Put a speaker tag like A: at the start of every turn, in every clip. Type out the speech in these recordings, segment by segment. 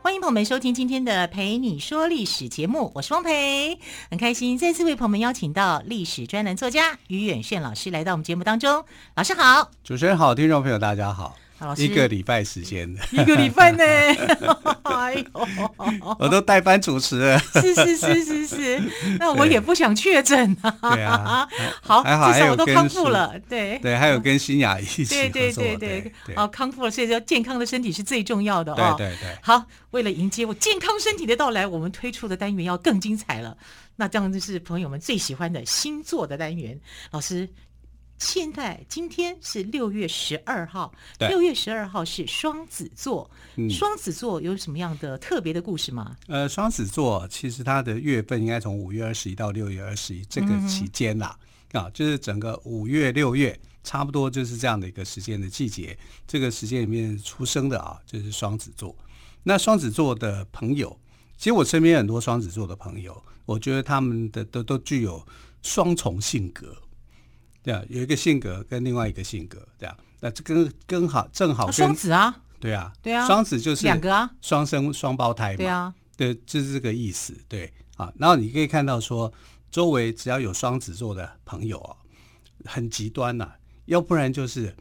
A: 欢迎朋友们收听今天的《陪你说历史》节目，我是汪培，很开心再次为朋友们邀请到历史专栏作家于远炫老师来到我们节目当中。老师好，
B: 主持人好，听众朋友大家好，
A: 好老师
B: 一个礼拜时间，
A: 一个礼拜呢， 哎 呦，
B: 我都代班主持 了，
A: 是是是是是，那我也不想确诊啊。
B: 对啊，
A: 好，
B: 还好
A: 至
B: 还
A: 少
B: 有
A: 我都
B: 跟
A: 康复
B: 是
A: 了，对。
B: 对，还有跟新雅一起
A: 对对
B: 合作，
A: 对
B: 对对
A: 哦，康复了，所以说健康的身体是最重要的
B: 对
A: 哦。
B: 对对，
A: 好，为了迎接我健康身体的到来，我们推出的单元要更精彩了。那这样就是朋友们最喜欢的星座的单元。老师，现在今天是六月十二号，
B: 对
A: 六月十二号是双子座。
B: 嗯
A: 双子座有什么样的特别的故事吗？
B: 呃，双子座其实它的月份应该从五月二十一到六月二十一这个
A: 嗯
B: 期间啦，啊，就是整个五月六月差不多就是这样的一个时间的季节，这个时间里面出生的啊，就是双子座。那双子座的朋友，其实我身边很多双子座的朋友，我觉得他们的都都具有双重性格，对啊，有一个性格跟另外一个性格，对啊，那这跟跟好正好
A: 啊
B: 跟
A: 双子啊，
B: 对啊，
A: 对啊
B: 双子哦就是哎
A: 两个啊，
B: 双生双胞胎嘛，
A: 对啊，
B: 对，就是这个意思。对啊，然后你可以看到说，周围只要有双子座的朋友哦，很极端呐、要不然就是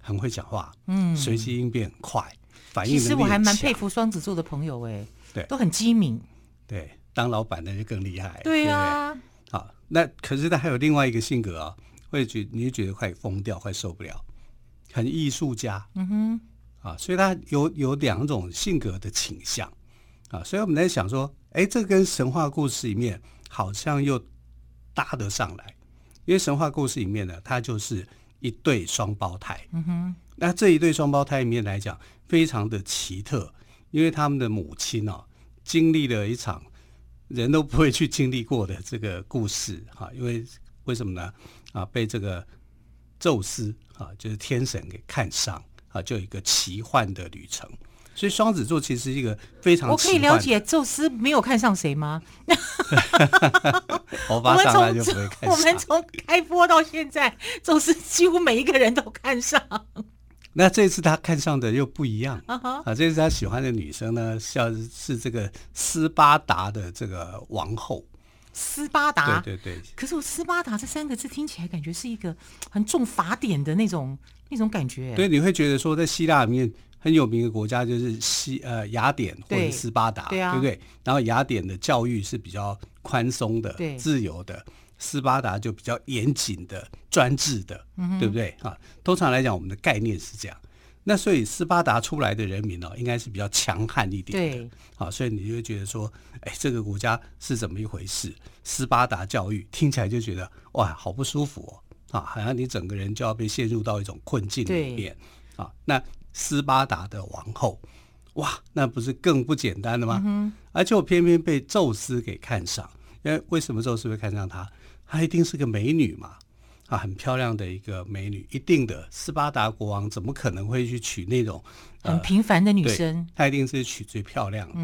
B: 很会讲话，
A: 嗯
B: 随机应变很快，反应
A: 其
B: 能力
A: 实我还
B: 很
A: 蛮
B: 强
A: 佩服双子座的朋友哎，
B: 对
A: 都很机敏。
B: 对，当老板的就更厉害。
A: 对
B: 不
A: 啊，
B: 对，好，那可是他还有另外一个性格啊、会觉你就觉得快疯掉，快受不了，很艺术家。
A: 嗯哼，
B: 啊，所以它有有两种性格的倾向啊，所以我们在想说，哎，这跟神话故事里面好像又搭得上来，因为神话故事里面呢，它就是一对双胞胎，
A: 嗯哼，
B: 那这一对双胞胎里面来讲，非常的奇特，因为他们的母亲哦，经历了一场人都不会去经历过的这个故事哈、因为为什么呢？啊，被这个宙斯啊，就是天神给看上啊，就有一个奇幻的旅程。所以双子座其实是一个非常
A: 我可
B: 奇
A: 以
B: 幻
A: 了
B: 的
A: 解宙斯没有看上谁吗？
B: 欧
A: 我
B: 巴
A: 们
B: 上来就不
A: 从
B: 会 看
A: 我
B: 上
A: 们从开播到现在，宙斯几乎每一个人都看上。
B: 那这次他看上的又不一样
A: 啊哈
B: 啊，这次他喜欢的女生呢，像是这个斯巴达的这个王后。
A: 斯巴达，
B: 对对对，
A: 可是我斯巴达这三个字听起来感觉是一个很重法典的那种那种感觉。
B: 对，你会觉得说，在希腊里面很有名的国家就是西呃雅典或
A: 对
B: 者斯巴达，
A: 对啊
B: 不对？然后雅典的教育是比较宽松的
A: 对、
B: 自由的，斯巴达就比较严谨的、专制的，
A: 嗯
B: 对不对？啊，通常来讲，我们的概念是这样。那所以斯巴达出来的人民呢、应该是比较强悍一点的
A: 对，
B: 啊，所以你就会觉得说，哎，这个国家是怎么一回事？斯巴达教育听起来就觉得哇，好不舒服哦，啊，好像你整个人就要被陷入到一种困境
A: 对
B: 里面啊。那斯巴达的王后，哇，那不是更不简单了吗？而且我偏偏被宙斯给看上，因为为什么宙斯会看上她？她一定是个美女嘛。啊，很漂亮的一个美女，一定的斯巴达国王怎么可能会去娶那种
A: 很平凡的女
B: 呃对
A: 生，嗯
B: 她一定是娶最漂亮的。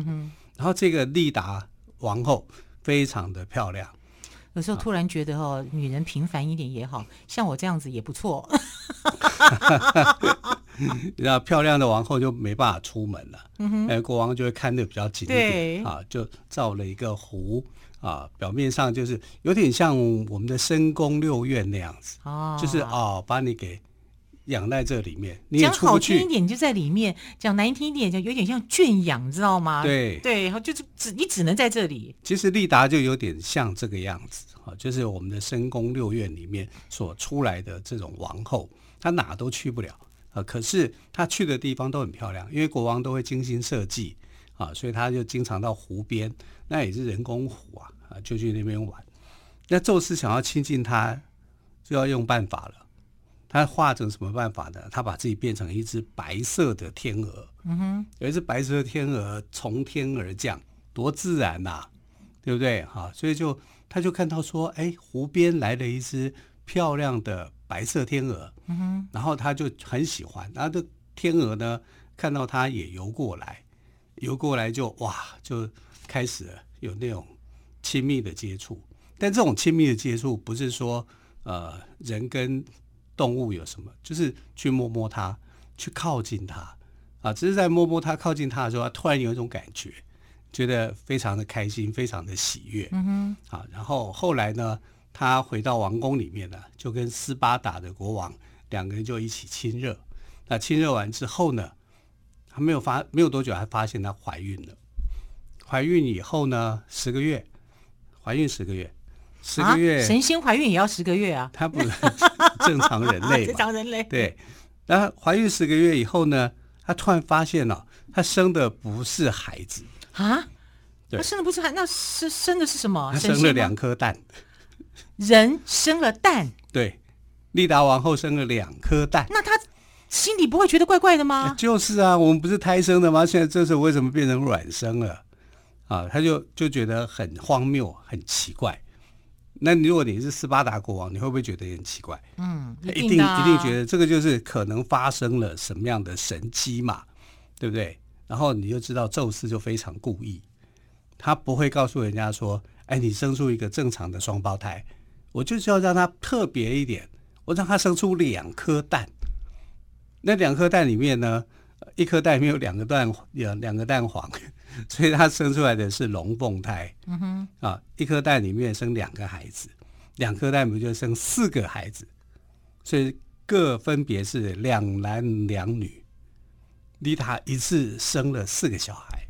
B: 然后这个丽达王后非常的漂亮，
A: 有
B: 啊
A: 时候突然觉得哦，女人平凡一点也好，像我这样子也不错。
B: 然后漂亮的王后就没办法出门了，嗯、呃，国王就会看得比较紧一
A: 对
B: 点啊，就造了一个湖啊，表面上就是有点像我们的深宫六院那样子，
A: 哦，
B: 就是哦，把你给养在这里面，你也
A: 讲
B: 出
A: 好
B: 不
A: 听一
B: 去，
A: 点就在里面，讲难听一点就有点像圈养，你知道吗？
B: 对
A: 对，然后就是只你只能在这里。
B: 其实利达就有点像这个样子啊，就是我们的深宫六院里面所出来的这种王后，她哪都去不了啊，可是她去的地方都很漂亮，因为国王都会精心设计啊，所以她就经常到湖边，那也是人工湖啊啊，就去那边玩。那宙斯想要亲近她，就要用办法了。他化成什么办法呢？他把自己变成一只白色的天鹅，嗯哼，有一只白色的天鹅从天而降，多自啊然呐、对不对？哈、所以就他就看到说，哎，湖边来了一只漂亮的白色天鹅，
A: 嗯哼，
B: 然后他就很喜欢。然后这天鹅呢，看到它也游过来，游过来就哇，就开始了有那种亲密的接触。但这种亲密的接触不是说呃人跟动物有什么，就是去摸摸它，去靠近它啊，只是在摸摸它、靠近它的时候，它突然有一种感觉，觉得非常的开心，非常的喜悦。
A: 嗯哼，
B: 啊，然后后来呢，他回到王宫里面呢，就跟斯巴达的国王两个人就一起亲热。那亲热完之后呢，还没有发没有多久，还发现她怀孕了。怀孕以后呢，十个月，怀孕十个月，十个
A: 啊、
B: 月，
A: 神仙怀孕也要十个月啊，
B: 她不是正常人类
A: 正
B: 嘛？
A: 常人类，
B: 对。然后怀孕十个月以后呢，她突然发现了、她生的不是孩子，
A: 啊，
B: 对
A: 他生的不是还那生哦生的是什么？
B: 她
A: 神
B: 生
A: 仙
B: 了
A: 吗
B: 两颗蛋。
A: 人生了蛋，
B: 对，丽达王后生了两颗蛋。
A: 那他心里不会觉得怪怪的
B: 啊
A: 吗？
B: 就是啊，我们不是胎生的吗？现在这时候为什么变成卵生了？啊，他就就觉得很荒谬，很奇怪。那你如果你是斯巴达国王，你会不会觉得也很奇怪？
A: 嗯，
B: 一
A: 定
B: 定
A: 的啊
B: 哎一定觉得这个就是可能发生了什么样的神机嘛，对不对？然后你就知道宙斯就非常故意，他不会告诉人家说：“哎，你生出一个正常的双胞胎，我就是要让他特别一点，我让他生出两颗蛋。那两颗蛋里面呢，呃一颗蛋里面有两个蛋，两两个蛋黄， 所以他生出来的是龙凤胎。嗯哼，啊，一颗蛋里面生两个孩子，两颗蛋不就生四个孩子？所以各分别是两男两女。丽塔一次生了四个小孩，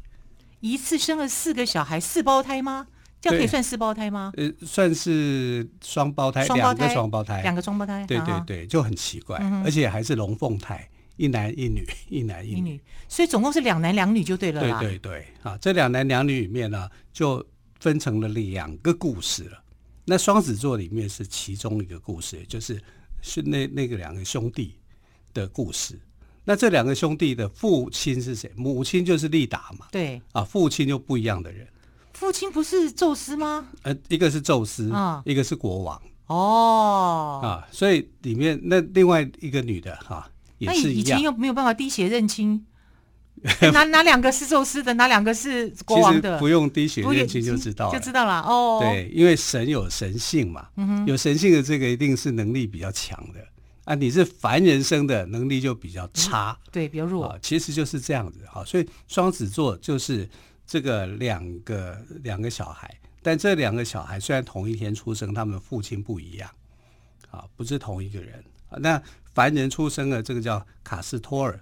A: 一次生了四个小孩，四胞胎吗？这样可以
B: 对
A: 算四胞胎吗？
B: 呃，算是双胞胎，
A: 双胞
B: 两
A: 胎
B: 个双胞胎，
A: 两个双胞胎，
B: 对
A: 啊嗯
B: 对对，就很奇怪，而且还是龙凤胎，一男一女，一男一
A: 一
B: 女，
A: 女，所以总共是两男两女就对了
B: 对
A: 啦。
B: 对对，啊，这两男两女里面呢，就分成了两个故事了。那双子座里面是其中一个故事，也就是是那那个两个兄弟的故事。那这两个兄弟的父亲是谁？母亲就是利达嘛，
A: 对
B: 啊，父亲就不一样的人，
A: 父亲不是宙斯吗？
B: 呃，一个是宙斯，
A: 啊
B: 一个是国王
A: 哦，
B: 啊，所以里面那另外一个女的哈、也
A: 那
B: 是
A: 以
B: 一
A: 以
B: 样
A: 前，又没有办法滴血认 亲，哪哪两个是宙斯的，哪两个是国王
B: 其实
A: 的？
B: 不用滴血
A: 不
B: 认亲就知道了，
A: 就知道了哦。，
B: 对，因为神有神性嘛，有神性的这个一定是能力比较强的啊，你是凡人生的能力就比较差、
A: 对，比较弱
B: 啊，其实就是这样子啊，所以双子座就是这个两个两个小孩，但这两个小孩虽然同一天出生，他们父亲不一样啊，不是同一个人啊。那凡人出生的这个叫卡斯托尔。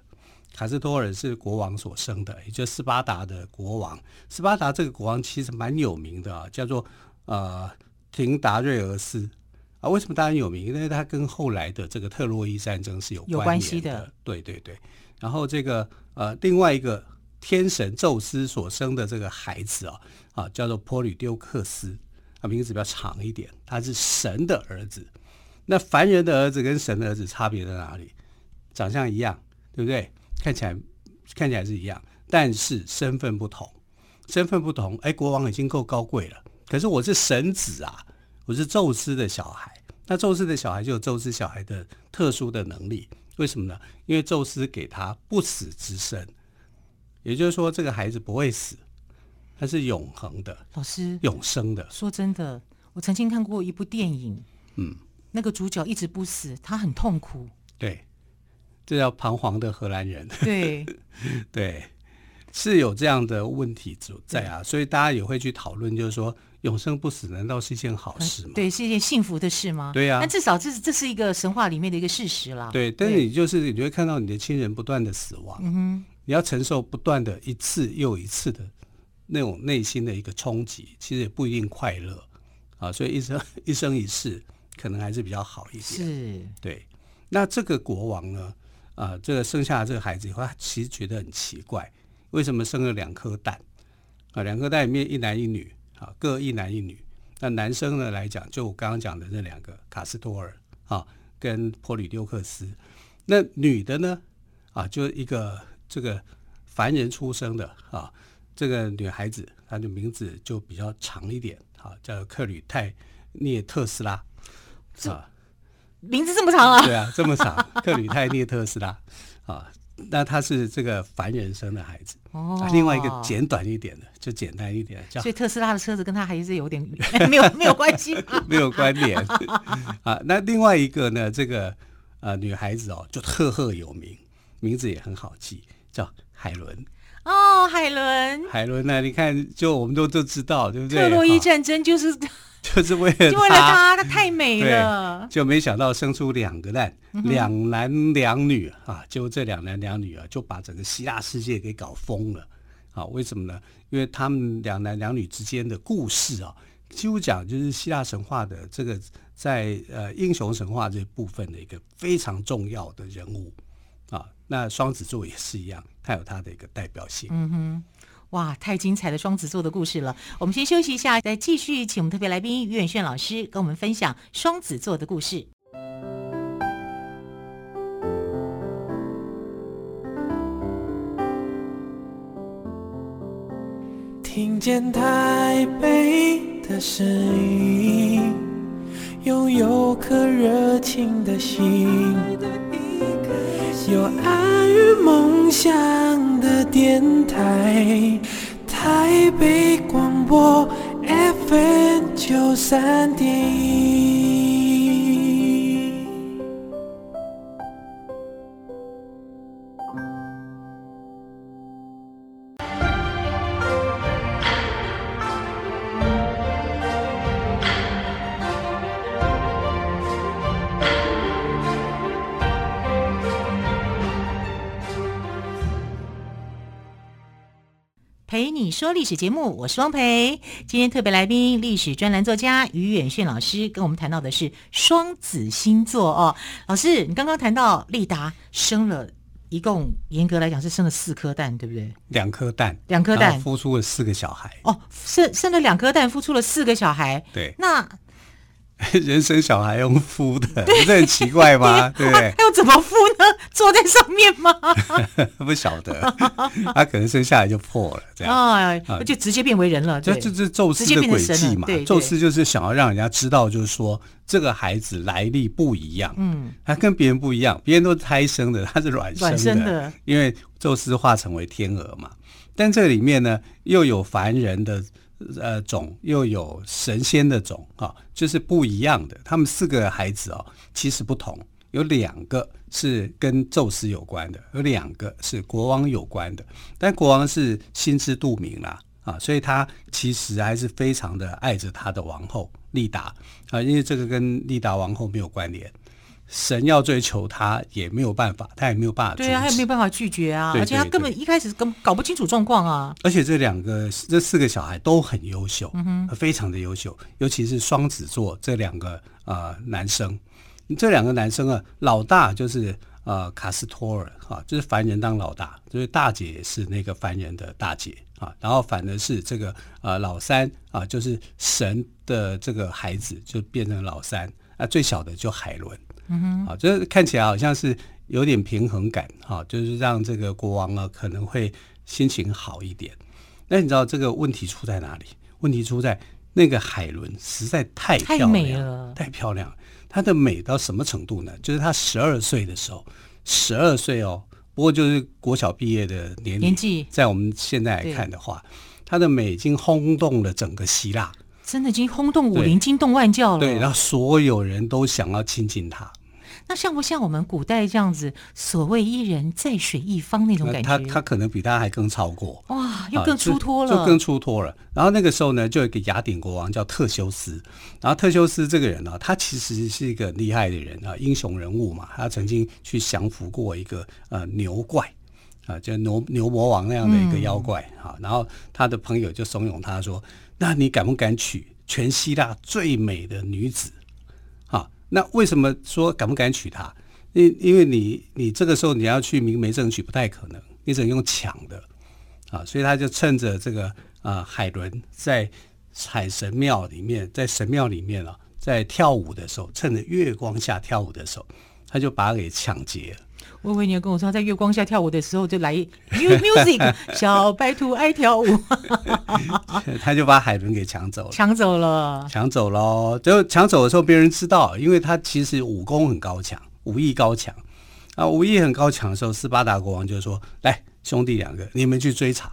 B: 卡斯托尔是国王所生的，也就是斯巴达的国王。斯巴达这个国王其实蛮有名的啊，叫做呃廷达瑞俄斯啊。为什么他很有名？因为他跟后来的这个特洛伊战争是有
A: 有
B: 关
A: 关系
B: 联
A: 的
B: 的。对对对。然后这个呃，另外一个天神宙斯所生的这个孩子啊，啊，叫做波吕丢克斯啊，名字比较长一点，他是神的儿子。那凡人的儿子跟神的儿子差别在哪里？长相一样，对不对？看起来看起来是一样，但是身份不同，身份不同。哎，国王已经够高贵了，可是我是神子啊，我是宙斯的小孩。那宙斯的小孩就有宙斯小孩的特殊的能力，为什么呢？因为宙斯给他不死之身，也就是说，这个孩子不会死，他是永恒的、
A: 老师
B: 永生的。
A: 说真的，我曾经看过一部电影，
B: 嗯，
A: 那个主角一直不死，他很痛 苦。
B: 对，这叫彷徨的荷兰人。
A: 对，
B: 对，是有这样的问题所在啊，所以大家也会去讨论，就是说永生不死难道是一件好事吗？
A: 对，是一件幸福的事吗？
B: 对呀
A: 但至少这是这是一个神话里面的一个事实啦。
B: 对，但是你就是你会看到你的亲人不断的死亡，
A: 嗯
B: 你要承受不断的一次又一次的那种内心的一个冲击，其实也不一定快乐啊，所以一生 一生一世可能还是比较好一点。
A: 是
B: 对，那这个国王呢，啊、这个生下这个孩子以后，他其实觉得很奇怪，为什么生了两颗蛋？啊，两颗蛋里面一男一女，啊，各一男一女。那男生呢来讲，就我刚刚讲的这两个卡斯托尔啊，跟波吕丢克斯。那女的呢，啊，就一个这个凡人出生的啊，这个女孩子，她的名字就比较长一点，啊，叫克吕泰涅特斯拉。啊，
A: 名字这么长啊，
B: 对啊，这么长， 克吕泰涅特斯拉啊，那他是这个凡人生的孩子。
A: 哦
B: 啊，另外一个简短一点的，就简单一点，叫
A: 所以特斯拉的车子跟他还是有点 没有没有关系吧？
B: 没有关联啊。那另外一个呢，这个呃女孩子哦，就赫赫有名，名字也很好记，叫海伦。
A: 哦，海伦，
B: 海伦呢，你看，就我们都都知道，对不对？
A: 特洛伊
B: 啊
A: 战争就是就
B: 就是为了
A: 为了她，她太美
B: 对
A: 了。
B: 就没想到生出两个蛋，
A: 嗯
B: 两男两女啊！就这两男两女啊，就把整个希腊世界给搞疯了啊！为什么呢？因为他们两男两女之间的故事啊，几乎讲就是希腊神话的这个在呃英雄神话这部分的一个非常重要的人物啊。那双子座也是一样，它有它的一个代表性。
A: 嗯哇，太精彩的双子座的故事了！我们先休息一下，再继续请我们特别来宾于远炫老师跟我们分享双子座的故事。
C: 听见台北的声音，拥有颗热情的心，有爱与梦想的电台，台北广播 FM 九三点一。
A: 陪你说历史节目，我是汪培。今天特别来宾，历史专栏作家于远炫老师跟我们谈到的是双子星座哦。老师，你刚刚谈到利达生了，一共严格来讲是生了四颗蛋，对不对？
B: 两颗蛋，
A: 两颗
B: 然后
A: 蛋
B: 孵出了四个小孩。
A: 哦，生生了两颗蛋，孵出了四个小孩。，
B: 对
A: 那
B: 人生小孩用孵的，不是很奇 怪吗？对不对？
A: 他要怎么孵呢？坐在上面吗？
B: 不晓得， 他可能生下来就破了，这样。
A: 啊，就直接变为人了。
B: 这
A: 对
B: 这这宙斯
A: 直接
B: 的
A: 变成
B: 诡
A: 神
B: 计
A: 了
B: 嘛
A: 对对，
B: 宙斯就是想要让人家知道，就是说这个孩子来历不一样，
A: 嗯，
B: 他跟别人不一样，别人都是胎生的，他是卵生的，
A: 卵生的
B: 因为宙斯化成为天鹅嘛。但这里面呢，又有凡人的呃种，又有神仙的种啊、就是不一样的。他们四个孩子哦，其实不同，有两个是跟宙斯有关的，有两个是国王有关的。但国王是心知肚明啦、啊，所以他其实还是非常的爱着他的王后利达啊，因为这个跟利达王后没有关联。神要追求他也没有办法，他也没有办法阻止。
A: 对啊，他也没有办法拒绝啊，
B: 对
A: 而且他
B: 对
A: 根本一开始根搞不清楚状况啊。
B: 而且这两个这四个小孩都很优秀，嗯、非常的优秀，尤其是双子座这两个呃男生，这两个男生啊，老大就是呃卡斯托尔啊，就是凡人当老大，就是大姐是那个凡人的大姐啊，然后反而是这个呃老三啊，就是神的这个孩子就变成老三啊，最小的就海伦，啊，就是看起来好像是有点平衡感哈、啊，就是让这个国王啊可能会心情好一点。那你知道这个问题出在哪里？问题出在那个海伦实在太
A: 太
B: 漂亮
A: 美了
B: 太漂亮了。她的美到什么程度呢？就是她十二岁的时候，十二岁哦，不过就是国小毕业的年龄
A: 年纪
B: 在我们现在来看的话，她的美已经轰动了整个希腊。
A: 真的已经轰动武
B: 对
A: 林，惊动万教了。
B: 对，然后所有人都想要亲近她。
A: 那像不像我们古代这样子，所谓一人在水一方那种
B: 那
A: 感
B: 她
A: 觉？
B: 她可能比她还更超过。
A: 哇，又
B: 啊
A: 更
B: 就
A: 出脱
B: 就
A: 了。
B: 更出脱了。然后那个时候呢，就有一个雅典国王叫特修斯，然后特修斯这个人呢、他其实是一个很厉害的人啊，英雄人物嘛，他曾经去降服过一个呃牛怪。啊，就牛牛魔王那样的一个妖怪啊、然后他的朋友就怂恿他说：“那你敢不敢娶全希腊最美的女子？”啊，那为什么说敢不敢娶她？因因为你你这个时候你要去明媒正娶不太可能，你只能用抢的啊，所以他就趁着这个呃海伦在海神庙里面，在神庙里面啊，在跳舞的时候，趁着月光下跳舞的时候，他就把她给抢劫了。
A: 薇薇，你要跟我说，她在月光下跳舞的时候 就来一 mu- music，小白兔爱跳舞，
B: 哦 他就把海伦给抢走了。
A: 抢走了。
B: 抢走喽，就抢走的时候别人知道，因为他其实武功很高强，武艺高强啊，武艺很高强的时候，斯巴达国王就说：“来，兄弟两个，你们去追查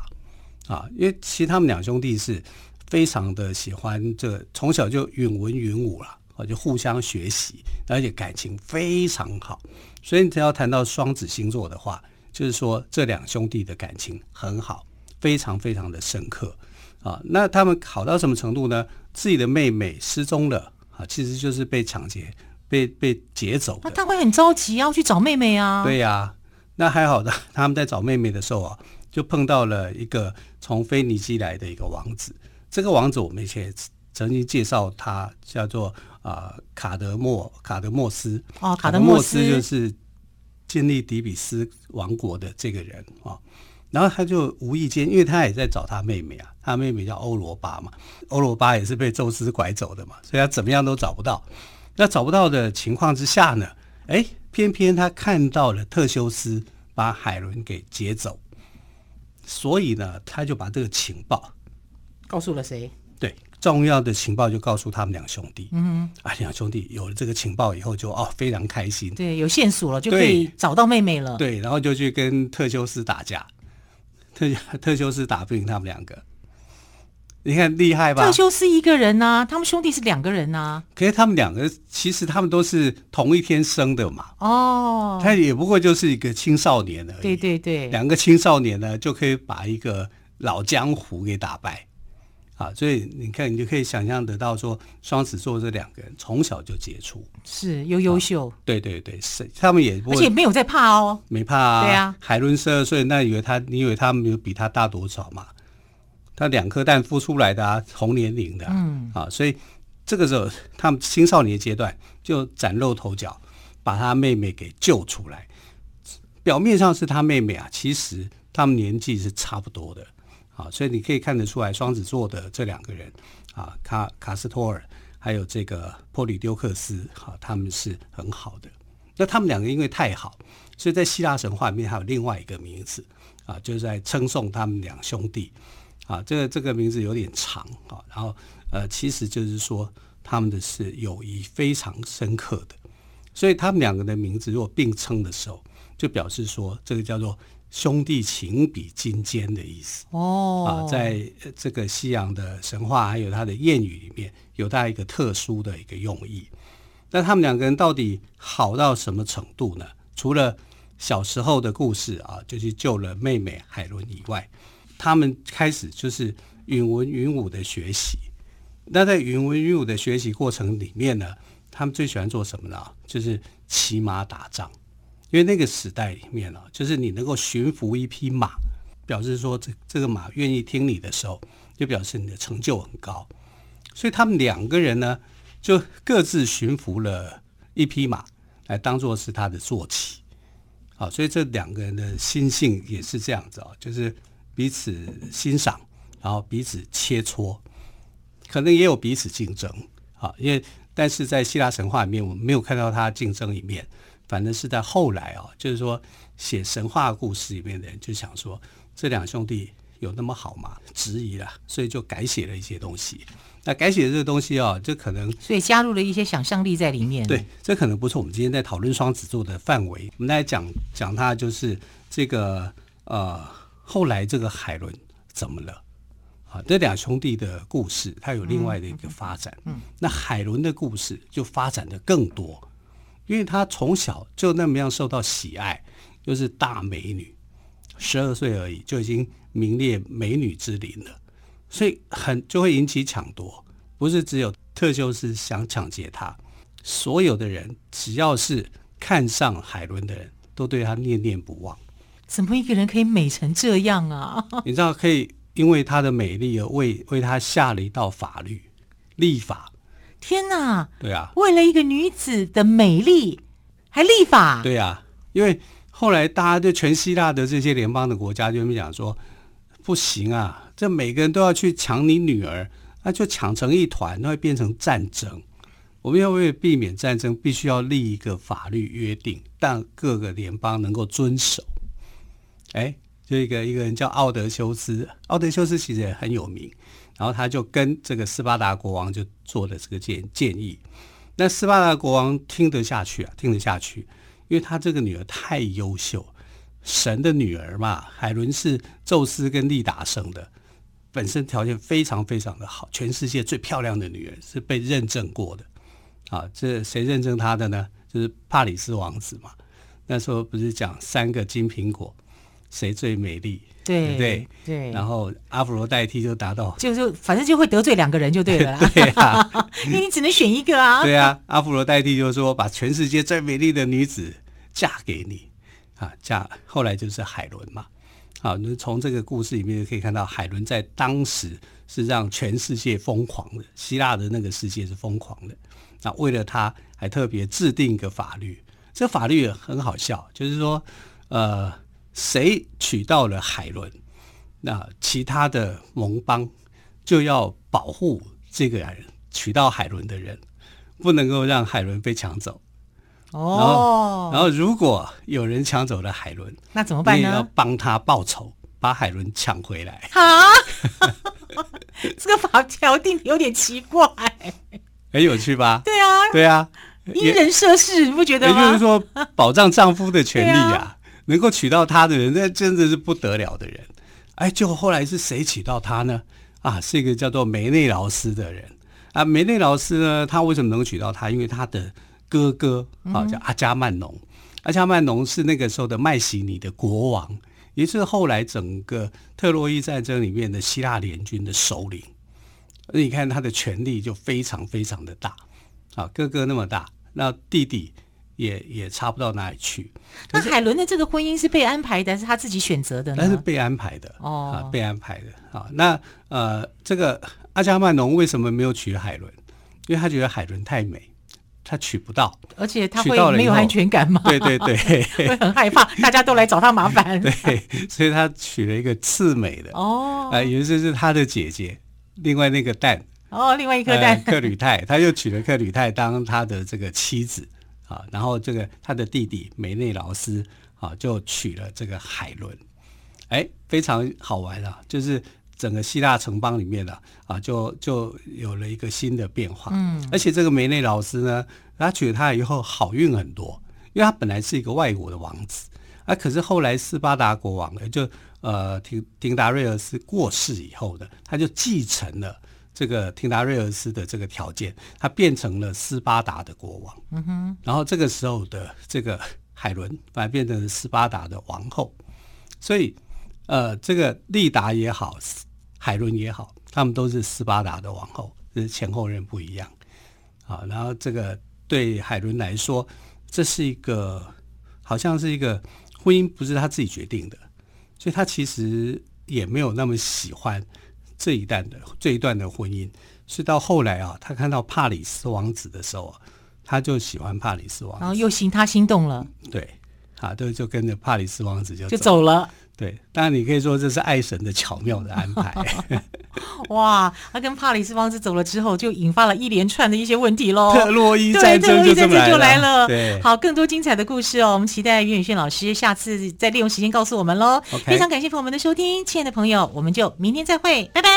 B: 啊！”因为其实他们两兄弟是非常的喜欢这个，从小就允文允武了啊，就互相学习，而且感情非常好。所以你只要谈到双子星座的话，就是说这两兄弟的感情很好，非常非常的深刻啊。那他们好到什么程度呢？自己的妹妹失踪了啊，其实就是被抢劫、被被劫走
A: 那
B: 的。
A: 他会很着急，要去找妹妹啊。
B: 对呀、那还好的， 他们在找妹妹的时候啊，就碰到了一个从腓尼基来的一个王子。这个王子我们以前也曾经介绍他，叫做啊、呃卡德莫卡德莫斯。
A: 哦，卡
B: 德
A: 德莫
B: 斯就是建立底比斯王国的这个人啊、然后他就无意间，因为他也在找他妹妹啊，他妹妹叫欧罗巴嘛，欧罗巴也是被宙斯拐走的嘛，所以他怎么样都找不到。那找不到的情况之下呢，哎，偏偏他看到了特修斯把海伦给劫走，所以呢，他就把这个情报
A: 告诉了谁？
B: 对，重要的情报就告诉他们两兄弟。嗯，啊，两兄弟有了这个情报以后就，哦非常开心。
A: 对，有线索了，就可以找到妹妹了。
B: 对，然后就去跟特修斯打架，特特修斯打不赢他们两个，你看厉害吧
A: 特？修斯一个人呐、他们兄弟是两个人啊呐、
B: 可是他们两个其实他们都是同一天生的嘛，
A: 哦，
B: 他也不过就是一个青少年而已。
A: 对对对，
B: 两个青少年呢就可以把一个老江湖给打败啊！所以你看，你就可以想象得到说，双子座这两个人从小就接触。
A: 是又优秀，
B: 对对对，是他们也不
A: 而且没有在怕哦。
B: 没怕啊。
A: 对啊
B: 海伦十二岁，那以为他，你以为他没有比他大多少嘛？他两颗蛋孵出来的啊，同年龄的啊、
A: 嗯
B: 啊，所以这个时候他们青少年阶段就崭露头角，把他妹妹给救出来。表面上是他妹妹啊，其实他们年纪是差不多的啊，所以你可以看得出来，双子座的这两个人啊，卡卡斯托尔还有这个波里丢克斯，哈、他们是很好的。那他们两个因为太好，所以在希腊神话里面还有另外一个名字啊，就是在称颂他们两兄弟啊。这个这个名字有点长啊，然后呃，其实就是说他们的是友谊非常深刻的，所以他们两个的名字如果并称的时候，就表示说这个叫做兄弟情比金坚的意思。啊
A: 哦，，
B: 在呃这个西洋的神话还有它的谚语里面，有它一个特殊的一个用意。那他们两个人到底好到什么程度呢？除了小时候的故事啊，就去救了妹妹海伦以外，他们开始就是允文允武的学习。那在允文允武的学习过程里面呢，他们最喜欢做什么呢？就是骑马打仗。因为那个时代里面呢、啊，就是你能够驯服一匹马，表示说这这个马愿意听你的时候，就表示你的成就很高。所以他们两个人呢，就各自驯服了一匹马，来当做是他的坐骑。好，所以这两个人的心性也是这样子啊、就是彼此欣赏，然后彼此切磋，可能也有彼此竞争啊，因为但是在希腊神话里面，我们没有看到他竞争一面，反正是在后来啊，就是说写神话故事里面的人就想说，这两兄弟有那么好吗？质疑了，所以就改写了一些东西。那改写这个东西啊，这可能
A: 所以加入了一些想象力在里面。
B: 对，，这可能不是我们今天在讨论双子座的范围。我们来讲讲它，就是这个呃，后来这个海伦怎么了？啊，这两兄弟的故事，它有另外的一个发展。嗯，那海伦的故事就发展的更多，因为她从小就那么样受到喜爱，又是大美女，十二岁而已就已经名列美女之林了。所以很就会引起抢夺，不是只有特修斯想抢劫他，所有的人只要是看上海伦的人都对他念念不忘。
A: 怎么一个人可以美成这样啊？
B: 你知道，可以因为她的美丽而为为她下了一道法律，立法，
A: 天哪！
B: 对啊，
A: 为了一个女子的美丽，还立法，
B: 对啊，因为后来大家对全希腊的这些联邦的国家就跟讲说，不行啊，这每个人都要去抢你女儿，那就抢成一团，那会变成战争。我们要为了避免战争，必须要立一个法律约定，让各个联邦能够遵守。哎，就一个一个人叫奥德修斯，奥德修斯其实也很有名，然后他就跟这个斯巴达国王就做了这个建建议。那斯巴达国王听得下去啊，听得下去，因为他这个女儿太优秀，神的女儿嘛，海伦是宙斯跟利达生的，本身条件非常非常的好，全世界最漂亮的女人是被认证过的。啊，这谁认证他的呢？就是帕里斯王子嘛。那时候不是讲三个金苹果，谁最美丽？对
A: 对
B: 不对？
A: 对，
B: 然后阿芙罗代替就达到，
A: 就是反正就会得罪两个人就对了啦，
B: 对啊，
A: 因为你只能选一个啊。
B: 对啊，阿芙罗代替就是说把全世界最美丽的女子嫁给你啊，嫁后来就是海伦嘛。好，那从这个故事里面就可以看到，海伦在当时是让全世界疯狂的，希腊的那个世界是疯狂的。那为了她，还特别制定一个法律，这法律也很好笑，就是说，呃，谁娶到了海伦，那其他的盟邦就要保护这个人娶到海伦的人，不能够让海伦被抢走。然
A: 哦，
B: 后如果有人抢走了海伦，
A: 那怎么
B: 你
A: 办
B: 也要
A: 呢？
B: 帮他报仇，把海伦抢回来。
A: 啊， 这个法条定有点奇怪。
B: 很有趣吧？
A: 对啊，
B: 对啊，
A: 因
B: 也
A: 人设事，你不觉
B: 也
A: 得
B: 就是
A: 吗？
B: 说，保障丈夫的权利
A: 对
B: 啊，能够娶到她的人，那真的是不得了的人。哎，就后来是谁娶到她呢？啊，是一个叫做梅内劳斯的人啊。梅内劳斯呢，他为什么能够娶到她？因为他的哥哥啊，叫阿伽曼农。阿伽曼农是那个时候的麦西尼的国王，也是后来整个特洛伊战争里面的希腊联军的首领。那你看他的权力就非常非常的大，啊，哥哥那么大，那弟弟也也差不到哪里去，
A: 那海伦的这个婚姻是被安排的，还是她自己选择的呢？
B: 但是被安排的
A: 哦
B: 啊，被安排的啊。那呃，这个阿伽曼农为什么没有娶海伦？因为他觉得海伦太美，他娶不到。
A: 而且她
B: 娶
A: 会
B: 到了以
A: 没有
B: 后
A: 安全感吗？
B: 对对 对
A: 会 很 害怕，大家都来找她麻烦。
B: 对，所以他娶了一个次美的，
A: 哦
B: 啊，也就是他的姐姐，另外那个蛋，
A: 哦，另外一颗
B: 呃
A: 蛋，
B: 克吕泰，他又娶了克吕泰当他的这个妻子啊，然后这个他的弟弟梅内劳斯啊，就娶了这个海伦，哎，非常好玩啊，就是整个希腊城邦里面呢啊，就就有了一个新的变化，嗯，而且这个梅内劳斯呢，他娶了她以后好运很多，因为他本来是一个外国的王子。啊，可是后来斯巴达国王呢，就呃廷廷达瑞尔斯过世以后呢，他就继承了这个廷达瑞尔斯的这个条件，他变成了斯巴达的国王。嗯哼，然后这个时候的这个海伦反而变成了斯巴达的王后，所以呃，这个利达也好，斯海伦也好，他们都是斯巴达的王后，只是呃前后任不一样。啊，然后这个对海伦来说，这是一个好像是一个婚姻，不是她自己决定的，所以她其实也没有那么喜欢这一段的这一段的婚姻。是到后来啊，她看到帕里斯王子的时候啊，她就喜欢帕里斯王
A: 然后又心她心动了，
B: 子，对，啊，对，就跟着帕里斯王子就
A: 就走了。
B: 对，当然你可以说这是爱神的巧妙的 安排。
A: 哇，他跟帕里斯王子走了之后，就引发了一连串的一些问题喽。
B: 特洛伊
A: 哦对，
B: 战
A: 特
B: 争
A: 洛
B: 就
A: 伊
B: 这
A: 战
B: 么
A: 争就来
B: 来
A: 了。
B: 对，
A: 好，更多精彩的故事哦，我们期待袁宇轩老师下次再利用时间告诉我们喽。
B: OK
A: 非常感谢朋友们的收听，亲爱的朋友，我们就明天再会，拜拜。